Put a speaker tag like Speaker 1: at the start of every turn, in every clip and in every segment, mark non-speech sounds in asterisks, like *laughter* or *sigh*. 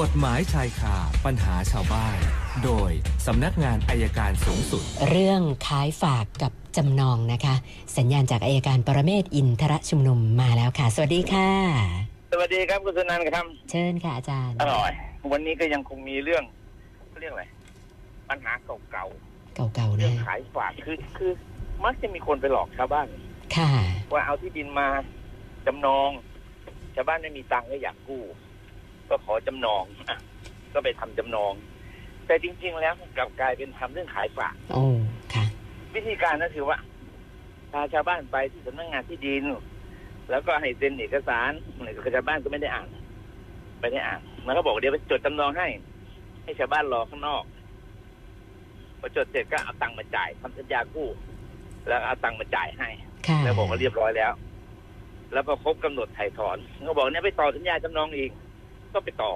Speaker 1: กฎหมายชายคาปัญหาชาวบ้าน โดยสำนักงานอายการสูงสุด
Speaker 2: เรื่องขายฝากกับจำนองนะคะ สัญญาณจากอายการปรเมศวร์อินทรชุมนุมมาแล้วค่ะ สวัสดีค่ะ
Speaker 3: สวัสดีครับคุณสนันครับ
Speaker 2: เชิญค่ะอาจารย์
Speaker 3: อร่อย วันนี้ก็ยังคงมีเรื่องเรียกอะไรปัญหาเก่า
Speaker 2: เก่า
Speaker 3: ๆ
Speaker 2: ๆ
Speaker 3: เรื่อ
Speaker 2: นะ
Speaker 3: งขายฝากคือคือ มักจะมีคนไปหลอกชาวบ้าน
Speaker 2: ค่ะ
Speaker 3: ว่าเอาที่ดินมาจำนอง ชาวบ้านไม่มีตังค์ก็อยากกู้ ก็ขอจำนอง *laughs* อ่ะก็ไปทำจำนอง แต่จริง ๆ แล้วกลับกลายเป็นทำเรื่องขายฝาก
Speaker 2: โอ้ค่ะ
Speaker 3: วิธีการก็คือว่าพาชาวบ้านไปที่สำนักงานที่ดิน แล้วก็ให้เซ็นเอกสารชาวบ้านก็ไม่ได้อ่านไม่ได้อ่านมันก็บอกเดี๋ยวไปจดจำนองให้ ให้ชาวบ้านรอข้างนอกพอจดเสร็จก็เอาตังค์มาจ่ายทำสัญญากู้ แล้วเอาตังค์มาจ่ายให้
Speaker 2: ค่ะ
Speaker 3: แล้วบอกว่าเรียบร้อยแล้ว แล้วก็ครบกำหนดถ่ายถอนก็บอกเนี่ยไปต่อสัญญาจำนองอีก ก็ไปต่อ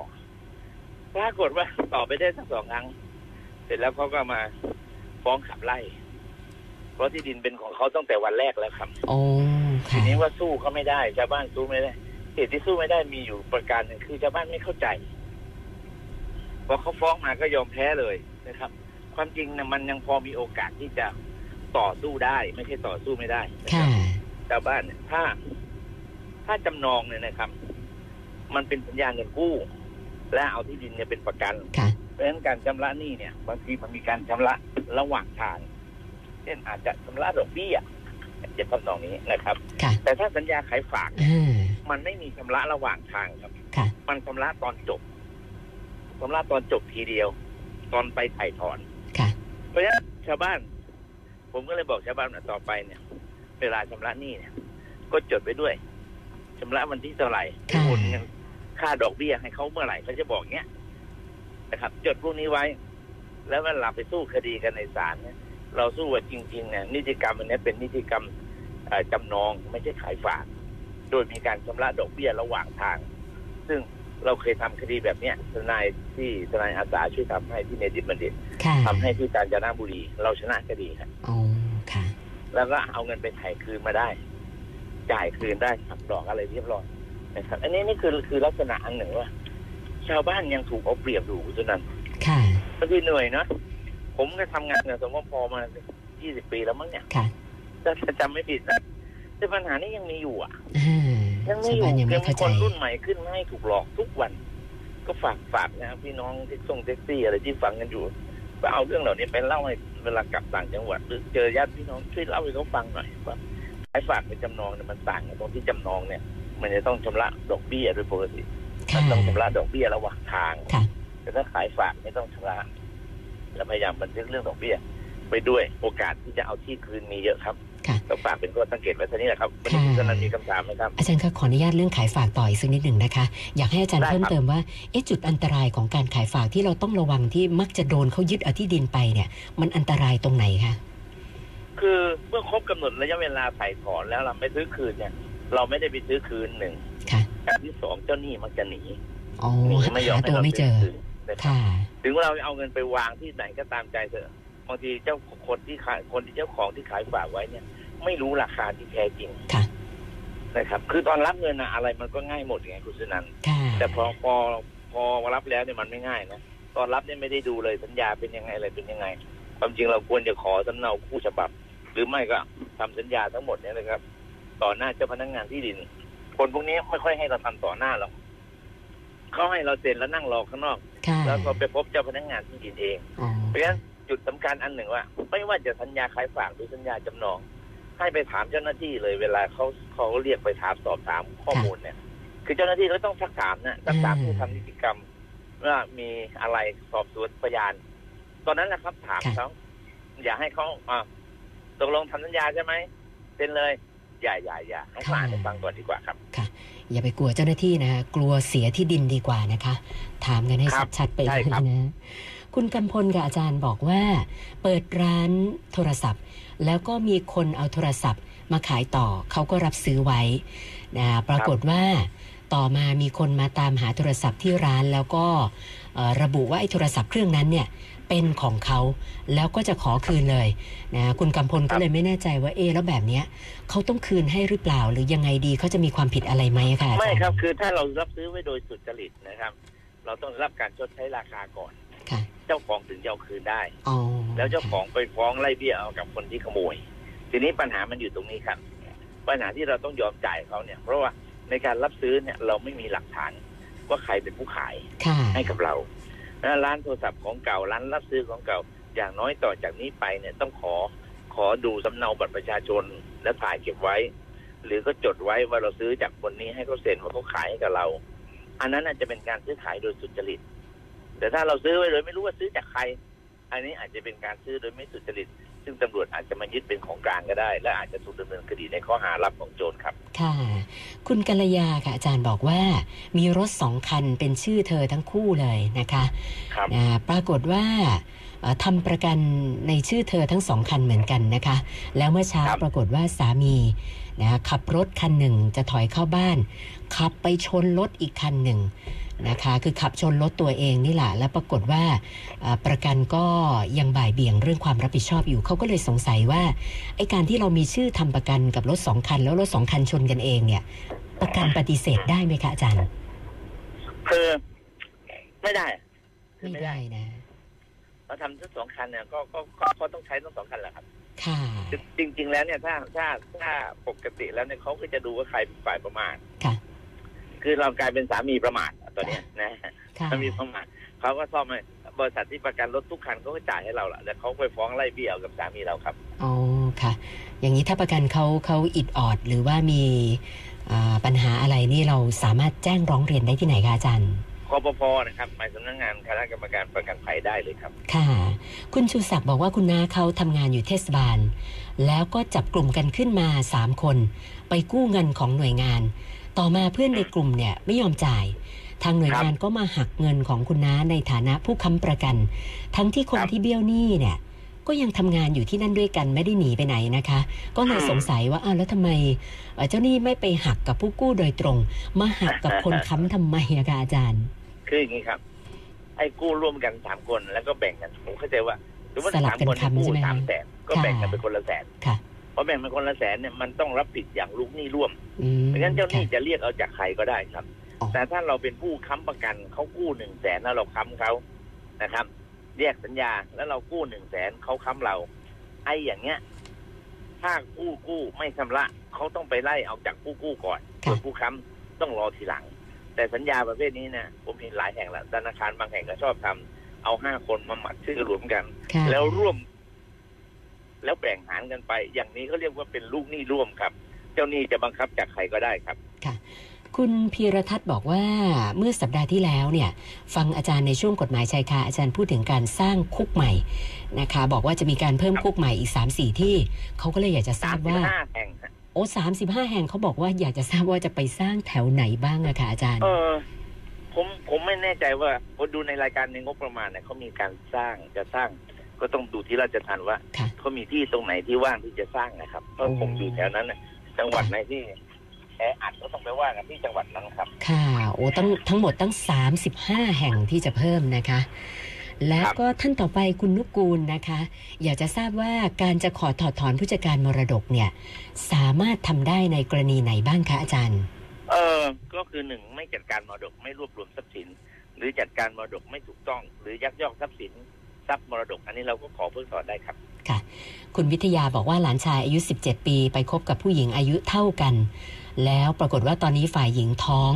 Speaker 3: ปรากฏว่าต่อไปได้ทั้งสองครั้ง เสร็จแล้วเขาก็มาฟ้องขับไล่ เพราะที่ดินเป็นของเขาตั้งแต่วันแรกแล้วครับ
Speaker 2: โอ้
Speaker 3: ที
Speaker 2: ค่ะ
Speaker 3: นี้ว่าสู้เขาไม่ได้ ชาวบ้านสู้ไม่ได้เหตุที่สู้ไม่ได้มีอยู่ประการหนึ่งคือชาวบ้านไม่เข้าใจพอเขาฟ้องมาก็ยอมแพ้เลยนะครับ ความจริงนะมันยังพอมีโอกาสที่จะต่อสู้ได้ ไม่ใช่ต่อสู้ไม่ได้นะค
Speaker 2: ค่ะ
Speaker 3: รับ ชาวบ้านเนี่ยถ้าถ้าจำนองเนี่ยนะครับ มันเป็นสัญญาเงินกู้ และเอาที่ดินเนี่ยเป็นประกัน
Speaker 2: ค่ะ
Speaker 3: เพราะฉะนั้นการชำระหนี้เนี่ย บางทีมันมีการชำระระหว่างทางเช่นอาจจะชำระดอกเบี้ยจะทำนองนี้นะครับ
Speaker 2: ค่ะ
Speaker 3: แต่ถ้าสัญญาขายฝาก
Speaker 2: อ่า
Speaker 3: มันไม่มีชำระระหว่างทางครับ
Speaker 2: ค่ะ
Speaker 3: มันชำระตอนจบชำระตอนจบทีเดียว ตอนไปถ่ายถอน
Speaker 2: ค่ะ
Speaker 3: เพราะฉะนั้นชาวบ้าน ผมก็เลยบอกชาวบ้านว่าต่อไปเนี่ย เวลาชำระหนี้เนี่ย ก็จดไว้ด้วยชำระวันที่เท่าไหร่
Speaker 2: ค่ะ
Speaker 3: โอนเงินค่าดอกเบี้ยให้เขาเมื่อไหร่เขาจะบอกเนี้ยนะครับ จดพวกนี้ไว้ แล้วเวลาไปสู้คดีกันในศาลเนี่ยเราสู้ว่าจริงๆเนี่ยนิติกรรมอันเนี้ยเป็นนิติกรรมเอ่อจำนองไม่ใช่ขายฝาก โดยมีการชำระดอกเบี้ยระหว่างทาง ซึ่งเราเคยทำคดีแบบเนี้ยทนายที่ทนายอาสาช่วยทำให้ที่เนติบัณฑิต
Speaker 2: ค่ะ
Speaker 3: ทำให้ที่กาญจนบุรีเราชนะคดีครับ
Speaker 2: โอ้ค่ะ
Speaker 3: แล้วก็เอาเงินไปไถ่ายคืนมาได้ จ่ายคืนได้หักดอกอะไรเรียบร้อยนะครับ อันนี้นี่คือคือลักษณะอันหนึ่งว่า ชาวบ้านยังถูกเอาเปรียบอยู่คุณสุนันท์
Speaker 2: ค่ะ
Speaker 3: มันที่เหนื่อยเนอะผมก็ทำงานกับสมพมา 20 ปีแล้วมั้งเนี่ย
Speaker 2: ค่ะ
Speaker 3: ถ้าถ้าจำไม่ผิดนะแต่ปัญหานี้ยังมีอยู่อ่ะ
Speaker 2: อ่า
Speaker 3: ยังไม่
Speaker 2: ชาว
Speaker 3: อ
Speaker 2: บ้าน
Speaker 3: ยู่
Speaker 2: ยังไม่
Speaker 3: ยังมี
Speaker 2: เข้า
Speaker 3: ค
Speaker 2: ใจ
Speaker 3: นรุ่นใหม่ขึ้นมาให้ถูกหลอกทุกวัน ก็ฝากฝากนะครับพี่น้องที่ส่งแท็กซี่อะไรที่ฟังกันอยู่ก็เอาเรื่องเหล่านี้ไปเล่าให้เวลากลับต่างจังหวัด หรือเจอญาติพี่น้องช่วยเล่าให้เขาฟังหน่อยว่าไอ้ฝากเป็นจำนองเนี่ยมันต่างกันตรงที่จำนองเนี่ย มันจะต้องชำระดอกเบี้ยโดยปกติมั
Speaker 2: ค่ะ
Speaker 3: นต้องชำระดอกเบี้ยระหว่างทาง
Speaker 2: ค่ะ
Speaker 3: แต่ถ้าขายฝากไม่ต้องชำระแล้วพยายามบันทึกเรื่องดอกเบี้ย ไปด้วยโอกาสที่จะเอาที่คืนมีเยอะครับ
Speaker 2: ค่ะ
Speaker 3: ก็ฝากเป็นข้อสังเกตไว้เท่านี้แหละครับวันนี้คุณ
Speaker 2: ค่ะ
Speaker 3: สนันมีคำถามไหมครับ
Speaker 2: อาจารย์คะขออนุญาตเรื่องขายฝากต่ออีกสักนิดหนึ่งนะคะ อยากให้อาจารย์
Speaker 3: ได้ครับ
Speaker 2: เพิ่มเติมว่าเอ๊ะจุดอันตรายของการขายฝากที่เราต้องระวังที่มักจะโดนเขายึดเอาที่ดินไปเนี่ย มันอันตรายตรงไหนคะ
Speaker 3: คือเมื่อครบกำหนดระยะเวลาไถ่ถอนแล้วเราไม่ซื้อคืนเนี่ย เราไม่ได้ไปซื้อคืนหนึ่ง
Speaker 2: ค่ะ
Speaker 3: การที่สองเจ้าหนี้มักจะหนี
Speaker 2: อ๋อ
Speaker 3: หนีไม่ย
Speaker 2: หา
Speaker 3: อมให้
Speaker 2: ตัว
Speaker 3: เรา
Speaker 2: ไม่เจ
Speaker 3: ซื้
Speaker 2: อ
Speaker 3: คืนนะครับ
Speaker 2: ค่ะ
Speaker 3: ถึงเราจะเอาเงินไปวางที่ไหนก็ตามใจเถอะบางทีเจ้าคนที่ขายคนที่เจ้าของที่ขายฝากไว้เนี่ย ไม่รู้ราคาที่แท้จริง
Speaker 2: ค่ะ
Speaker 3: นะครับ คือตอนรับเงินอะอะไรมันก็ง่ายหมดไงคุณสุนันท์
Speaker 2: ค่ะ
Speaker 3: แต่พอพอพอรับแล้วเนี่ยมันไม่ง่ายนะตอนรับเนี่ยไม่ได้ดูเลยสัญญาเป็นยังไงอะไรเป็นยังไง ความจริงเราควรจะขอสำเนาคู่ฉบับ หรือไม่ก็ทำสัญญาทั้งหมดเนี่ยนะครับ ต่อหน้าเจ้าพนักงานที่ดิน คนพวกนี้ไม่ค่อยให้เราทำต่อหน้าหรอกเขาให้เราเซ็นแล้วนั่งรอข้างนอก
Speaker 2: ค่ะ
Speaker 3: แล้วก็ไปพบเจ้าพนักงานที่ดินเอง
Speaker 2: อ๋อ
Speaker 3: เพราะฉะนั้นจุดสำคัญอันหนึ่งว่า ไม่ว่าจะสัญญาขายฝากหรือสัญญาจำนอง ให้ไปถามเจ้าหน้าที่เลยเวลาเขาเขาเรียกไปถามสอบถามข้อมูลเนี่ย คือเจ้าหน้าที่ก็ต้องซักถามนะซักถามผู้ทำนิติกรรมว่ามีอะไรสอบสวนพยาน ตอนนั้นแหละครับถามเขาอย่าให้เขาอ่าตกลงทำสัญญาใช่ไหมเซ็นเลยอย่าอย่าอย่าให้เขาอ่านให้ฟังก่อนดีกว่าครับ
Speaker 2: อย่าไปกลัวเจ้าหน้าที่นะคะ กลัวเสียที่ดินดีกว่านะคะ ถามกันให้
Speaker 3: ครับ
Speaker 2: ชัดๆไป
Speaker 3: ใช่
Speaker 2: เลย
Speaker 3: ครับ
Speaker 2: นะ คุณกำพลกับอาจารย์บอกว่า เปิดร้านโทรศัพท์ แล้วก็มีคนเอาโทรศัพท์ มาขายต่อเขาก็รับซื้อไว้นะปรากฏว่า ต่อมามีคนมาตามหาโทรศัพท์ที่ร้านแล้วก็เอ่อระบุว่าไอ้โทรศัพท์เครื่องนั้นเนี่ยเป็นของเขาแล้วก็จะขอคืนเลยนะคุณกำพลก็เลยไม่แน่ใจว่าเอะแล้วแบบเนี้ยเขาต้องคืนให้หรือเปล่า หรือยังไงดีเขาจะมีความผิดอะไรไหมคะอาจารย์
Speaker 3: ไม่ครับคือถ้าเรารับซื้อไว้โดยสุจริตนะครับ เราต้องได้รับการชดใช้ราคาก่อน
Speaker 2: ค่ะ
Speaker 3: เจ้าของถึงจะเอาคืนได้
Speaker 2: อ๋อ
Speaker 3: แล้วเจ้าข
Speaker 2: ค่ะ
Speaker 3: องไปฟ้องไล่เบี้ยเอากับคนที่ขโมย ทีนี้ปัญหามันอยู่ตรงนี้ครับ ปัญหาที่เราต้องยอมจ่ายเขาเนี่ย เพราะว่าในการรับซื้อเนี่ยเราไม่มีหลักฐานว่าใครเป็นผู้ขาย
Speaker 2: ค่ะ
Speaker 3: ให้กับเราแล้วร้านโทรศัพท์ของเก่าร้านรับซื้อของเก่า อย่างน้อยต่อจากนี้ไปเนี่ยต้องขอขอดูสำเนาบัตรประชาชนและถ่ายเก็บไว้ หรือก็จดไว้ว่าเราซื้อจากคนนี้ให้เขาเซ็นว่าเขาขายให้กับเรา อันนั้นอาจจะเป็นการซื้อขายโดยสุจริต แต่ถ้าเราซื้อไว้โดยไม่รู้ว่าซื้อจากใคร อันนี้อาจจะเป็นการซื้อโดยไม่สุจริต ซึ่งตำรวจอาจจะมายึดเป็นของกลางก็ได้ และอาจจะถูกดำเนินคดีในข้อหารับของโจรครับ
Speaker 2: ค่ะ คุณกัลยาค่ะอาจารย์บอกว่า มีรถสองคันเป็นชื่อเธอทั้งคู่เลยนะคะ
Speaker 3: ครับ
Speaker 2: อ่าปรากฏว่าเอ่อทำประกันในชื่อเธอทั้งสองคันเหมือนกันนะคะ แล้วเมื่อเช้า
Speaker 3: ครับ
Speaker 2: ปรากฏว่าสามีนะขับรถคันหนึ่งจะถอยเข้าบ้าน ขับไปชนรถอีกคันหนึ่งนะคะ คือขับชนรถตัวเองนี่แหละ แล้วปรากฏว่าเอ่อประกันก็ยังบ่ายเบี่ยงเรื่องความรับผิดชอบอยู่ เขาก็เลยสงสัยว่าไอ้การที่เรามีชื่อทำประกันกับรถสองคัน แล้วรถสองคันชนกันเองเนี่ย ประกันปฏิเสธได้ไหมคะอาจารย์
Speaker 3: คือไม่ได้คือ
Speaker 2: ไม่ได้นะ
Speaker 3: เขาทำทั้งสองคันเนี่ยก็ก็ก็ก็ต้องใช้ทั้งสองคันแหละครับ
Speaker 2: ค่ะ
Speaker 3: คือจริง ๆ แล้วเนี่ยถ้าถ้าถ้าปกติแล้วเนี่ยเขาก็จะดูว่าใครเป็นฝ่ายประมาท
Speaker 2: ค่ะ
Speaker 3: คือเรากลายเป็นสามีประมาทตอนเนี้ยนะ
Speaker 2: ค่ะ
Speaker 3: สามีประมาทเขาก็ซ่อมให้บริษัทที่ประกันรถทุกคันเขาก็จ่ายให้เราละแต่เขาไปฟ้องไล่เบี้ยเอากับสามีเราครับ
Speaker 2: อ๋อค่ะ อย่างนี้ถ้าประกันเขาเขาอิดออด หรือว่ามีอ่าปัญหาอะไรนี่เราสามารถแจ้งร้องเรียนได้ที่ไหนคะอาจารย์
Speaker 3: คอปพนะครับหมายสำนักงานคณะกรรมการประกันภัยได้เลยครับ
Speaker 2: ค่ะ คุณชูศักดิ์บอกว่าคุณน้าเขาทำงานอยู่เทศบาล แล้วก็จับกลุ่มกันขึ้นมา 3 คน ไปกู้เงินของหน่วยงาน ต่อมาเพื่อนในกลุ่มเนี่ยไม่ยอมจ่าย ทางหน่วยงานก็มาหักเงินของคุณน้าในฐานะผู้ค้ำประกัน ทั้งที่คน
Speaker 3: ครับ
Speaker 2: ที่เบี้ยวหนี้เนี่ยก็ยังทำงานอยู่ที่นั่นด้วยกันไม่ได้หนีไปไหนนะคะ ก็เลย
Speaker 3: อืม
Speaker 2: สงสัยว่าอ้าวแล้วทำไมเอ่อเจ้าหนี้ไม่ไปหักกับผู้กู้โดยตรง มาหักกับคนค้ำทำไมอะคะอาจารย์
Speaker 3: คืออย่างนี้ครับ ไอ้กู้ร่วมกันสามคนแล้วก็แบ่งกันผมเข้าใจว่าสมมติ
Speaker 2: สลับ
Speaker 3: สาม
Speaker 2: กัน
Speaker 3: คน
Speaker 2: ทำ
Speaker 3: กู้
Speaker 2: ใช่ไหม
Speaker 3: สามแสนก็แบ่งกัน
Speaker 2: ค่ะ
Speaker 3: เป็นคนละแสน
Speaker 2: ค่ะ
Speaker 3: พอแบ่งเป็นคนละแสนเนี่ยมันต้องรับผิดอย่างลูกหนี้ร่วม
Speaker 2: อืม
Speaker 3: ไม่งั้นเจ้าหนี้
Speaker 2: ค่ะ
Speaker 3: จะเรียกเอาจากใครก็ได้ครับ
Speaker 2: อ๋อ
Speaker 3: แต่ถ้าเราเป็นผู้ค้ำประกันเขากู้หนึ่งแสนแล้วเราค้ำเขานะครับเรียกสัญญาแล้วเรากู้หนึ่งแสนเขาค้ำเรา ไอ้อย่างเงี้ย ถ้ากู้กู้ไม่ชำระเขาต้องไปไล่เอาจากผู้กู้ก่อนส่วนผู้ค้ำต้องรอทีหลัง แต่สัญญาประเภทนี้นะผมเห็นหลายแห่งละธนาคารบางแห่งก็ชอบทำเอาห้าคนมาหมัดชื่อรวมกัน
Speaker 2: ค่ะ
Speaker 3: แล้วร่วม แล้วแบ่งหารกันไป อย่างนี้เขาเรียกว่าเป็นลูกหนี้ร่วมครับ เจ้าหนี้จะบังคับจากใครก็ได้ครับ
Speaker 2: คุณพีรทัศน์บอกว่าเมื่อสัปดาห์ที่แล้วเนี่ยฟังอาจารย์ในช่วงกฎหมายชายคาอาจารย์พูดถึงการสร้างคุกใหม่นะคะ บอกว่าจะมีการเพิ่มคุกใหม่อีก 3 4 ที่เขาก็เลยอยากจะท
Speaker 3: สา
Speaker 2: า
Speaker 3: ร
Speaker 2: ม บ
Speaker 3: สิบ
Speaker 2: ว่า
Speaker 3: ห้าแห่งฮะ
Speaker 2: โอ้สาแห่งเขาบอกว่าอยากจะทราบว่าจะไปสร้างแถวไหนบ้างอะคะอาจารย์
Speaker 3: เออผมผมไม่แน่ใจว่าผมดูในรายการในงบประมาณเนี่ยเขามีการสร้างจะสร้าง ก็ต้องดูที่ราชทันว่า
Speaker 2: ค่ะ
Speaker 3: เขามีที่ตรงไหนที่ว่างที่จะสร้างนะครับก็คงอยู่แถวนั้นนะจังหวัดไหนที่แออัดก็ต้องไปว่ากันที่จังหวัดนั้นครับ
Speaker 2: ค่ะโอ้ตั้งทั้งหมดตั้ง 35 แห่งที่จะเพิ่มนะคะ แล้วก็ท่านต่อไปคุณนุกกูลนะคะ อยากจะทราบว่าการจะขอถอดถอนผู้จัดการมรดกเนี่ยสามารถทำได้ในกรณีไหนบ้างคะอาจารย์
Speaker 3: เออ ก็คือหนึ่งไม่จัดการมรดกไม่รวบรวมทรัพย์สิน หรือจัดการมรดกไม่ถูกต้อง หรือยักยอกทรัพย์สินทรัพย์มรดก อันนี้เราก็ขอเพิกถอนได้ครับ
Speaker 2: คุณวิทยาบอกว่าหลานชายอายุ 17 ปีไปคบกับผู้หญิงอายุเท่ากัน แล้วปรากฏว่าตอนนี้ฝ่ายหญิงท้อง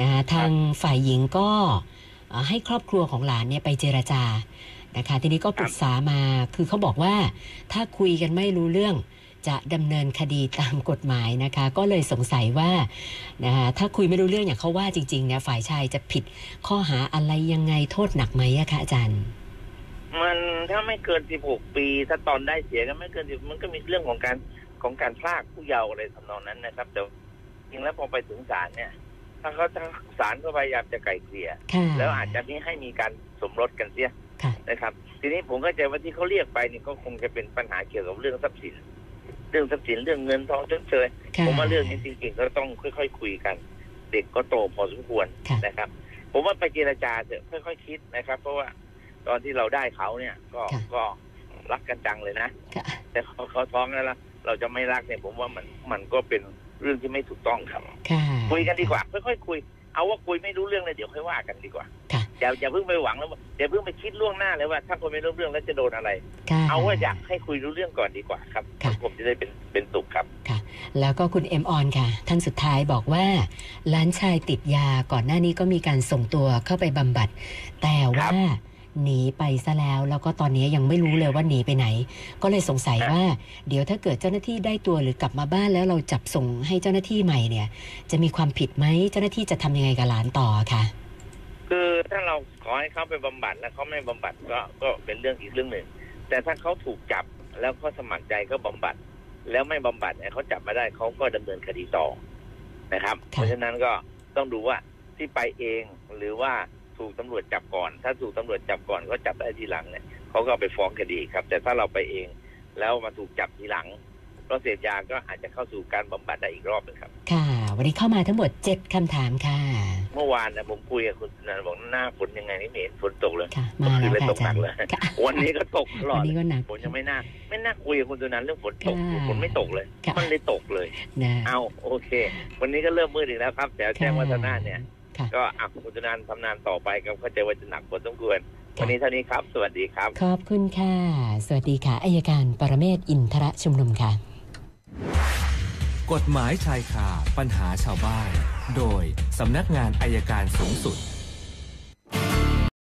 Speaker 2: นะคะทางฝ่ายหญิงก็เอ่อให้ครอบครัวของหลานเนี่ยไปเจรจานะคะทีนี้ก็ปรึกษามาคือเขาบอกว่าถ้าคุยกันไม่รู้เรื่องจะดำเนินคดีตามกฎหมายนะคะ ก็เลยสงสัยว่านะคะถ้าคุยไม่รู้เรื่องอย่างเขาว่าจริงๆเนี่ยฝ่ายชายจะผิดข้อหาอะไรยังไงโทษหนักไหมอะคะอาจารย์
Speaker 3: มันถ้าไม่เกิน 16 ปี ถ้าตอนได้เสียก็ไม่เกิน10มันก็มีเรื่องของการของการพลากผู้เยาว์อะไรทำนองนั้นนะครับ แต่จริงแล้วพอไปถึงศาลเนี่ย ถ้าเขาถ้าศาลก็พยายามจะไกล่เกลี่ย
Speaker 2: ค่ะ
Speaker 3: แล้วอาจจะไม่ให้มีการสมรสกันเสีย
Speaker 2: ค่ะ
Speaker 3: นะครับ ทีนี้ผมเข้าใจว่าที่เขาเรียกไปนี่ก็คงจะเป็นปัญหาเกี่ยวกับเรื่องทรัพย์สิน เรื่องทรัพย์สินเรื่องเงินทองชดเชย
Speaker 2: ค่ะ
Speaker 3: ผมว่าเรื่องนี้จริงๆก็ต้องค่อย ๆ คุยกัน เด็กก็โตพอสมควร
Speaker 2: ค่ะ
Speaker 3: นะครับ ผมว่าไปเจรจาเถอะค่อยๆคิดนะครับ เพราะว่าตอนที่เราได้เขาเนี่ย ก็
Speaker 2: ค่ะ
Speaker 3: ก็รักกันจังเลยนะ
Speaker 2: ค่ะ
Speaker 3: แต่เขาเขาท้องแล้วล่ะเราจะไม่รักเนี่ย ผมว่ามันมันก็เป็นเรื่องที่ไม่ถูกต้องครับ
Speaker 2: ค่ะ
Speaker 3: คุยกันดีกว่า ค่อยๆคุย เอาว่าคุยไม่รู้เรื่องเลยเดี๋ยวค่อยว่ากันดีกว่า อย่าอย่าเพิ่งไปหวังแล้วว่าอย่าเพิ่งไปคิดล่วงหน้าเลยว่า ถ้าคนไม่รู้เรื่องแล้วจะโดนอะไร
Speaker 2: ค่ะ
Speaker 3: เอาว่าอยากให้คุยรู้เรื่องก่อนดีกว่าครับ
Speaker 2: ค่ะ
Speaker 3: ผมจะได้เป็นเป็นสุขครับ
Speaker 2: แล้วก็คุณเอ็มออนค่ะ ท่านสุดท้ายบอกว่าหลานชายติดยาก่อนหน้านี้ก็มีการส่งตัวเข้าไปบำบัด แต่ว่าหนีไปซะแล้ว แล้วก็ตอนนี้ยังไม่รู้เลยว่าหนีไปไหน ก็เลยสงสัย
Speaker 3: ครับ
Speaker 2: ว่า เดี๋ยวถ้าเกิดเจ้าหน้าที่ได้ตัวหรือกลับมาบ้านแล้วเราจับส่งให้เจ้าหน้าที่ใหม่เนี่ย จะมีความผิดไหมเจ้าหน้าที่จะทำยังไงกับหลานต่อค่ะ
Speaker 3: คือถ้าเราขอให้เขาไปบำบัดแล้วเขาไม่บำบัดก็ก็เป็นเรื่องอีกเรื่องหนึ่ง แต่ถ้าเขาถูกจับแล้วเขาสมัครใจก็บำบัด แล้วไม่บำบัดเนี่ยเขาจับมาได้เขาก็ดำเนินคดีต่อนะครับ เพราะฉะนั้นก็ต้องดูว่าที่ไปเองหรือว่าถูกตำรวจจับก่อน ถ้าถูกตำรวจจับก่อนก็จับได้ทีหลังเนี่ยเขาก็เอาไปฟ้องคดีครับ แต่ถ้าเราไปเองแล้วมาถูกจับทีหลังเพราะเสพยาก็อาจจะเข้าสู่การบำบัดได้อีกรอบหนึงครับ
Speaker 2: ค่ะ วันนี้เข้ามาทั้งหมด 7คำถามค่ะ
Speaker 3: เมื่อวานนะผมคุยกับคุณนันบอกหน้าฝนยังไงนี่ไม่เห็นฝนตกเลย
Speaker 2: ค่ะ มาแล้วค่ะอาจารย์
Speaker 3: เลยตกหนักเลย
Speaker 2: ค่ะ
Speaker 3: วันนี้ก็ตกตลอ
Speaker 2: วัน
Speaker 3: ดเล
Speaker 2: นี้
Speaker 3: ย
Speaker 2: ก็หนัก
Speaker 3: ผมยังไม่น่า ไม่น่าคุยกับคุณตุนันเรื่องฝนตก
Speaker 2: ค่ะ
Speaker 3: ฝนไม่ตกเลย
Speaker 2: ค่ะ
Speaker 3: มันเลยตกเลย
Speaker 2: นะ
Speaker 3: เอาโอเค วันนี้ก็เริ่มมืดอีกแล้วครับ แต่แจ้งวัฒนะเนี่ย
Speaker 2: ค่ะ
Speaker 3: ก็อ่ะคุณตุนันทำนานต่อไปครับเข้าใจว่าจะหนักพอสมควร วันนี้เท่านี้ครับ สวัสดีครับ
Speaker 2: ขอบคุณค่ะ สวัสดีค่ะอายการปรเมศวร์อินทรชุมนุมค่ะ
Speaker 1: กฎหมายชายคาปัญหาชาวบ้าน โดยสำนักงานอายการสูงสุด